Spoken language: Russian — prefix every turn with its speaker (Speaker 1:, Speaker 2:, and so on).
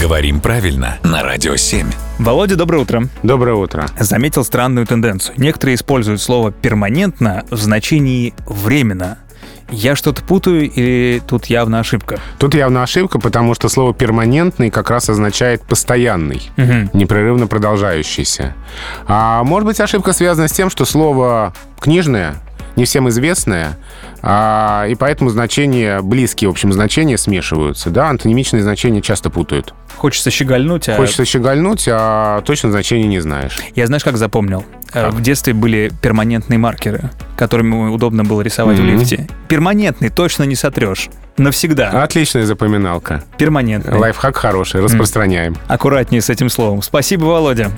Speaker 1: Говорим правильно на Радио 7.
Speaker 2: Володя, доброе утро.
Speaker 3: Доброе утро.
Speaker 2: Заметил странную тенденцию. Некоторые используют слово «перманентно» в значении «временно». Я что-то путаю или тут явно ошибка?
Speaker 3: Тут явно ошибка, потому что слово «перманентный» как раз означает «постоянный»,
Speaker 2: Мгм.
Speaker 3: непрерывно продолжающийся. А может быть, ошибка связана с тем, что слово «книжное» не всем известное, а, и поэтому значения, близкие, в общем, значения смешиваются. Да, антонимичные значения часто путают.
Speaker 2: Хочется щегольнуть, а
Speaker 3: Хочется щегольнуть, а точно значения не знаешь.
Speaker 2: я знаешь, как запомнил? Э,
Speaker 3: Как?
Speaker 2: В детстве были перманентные маркеры, которыми удобно было рисовать в
Speaker 3: Мгм.
Speaker 2: лифте. Перманентный точно не сотрешь. Навсегда.
Speaker 3: Отличная запоминалка.
Speaker 2: Перманентный.
Speaker 3: Лайфхак хороший, распространяем.
Speaker 2: Аккуратнее с этим словом. Спасибо, Володя.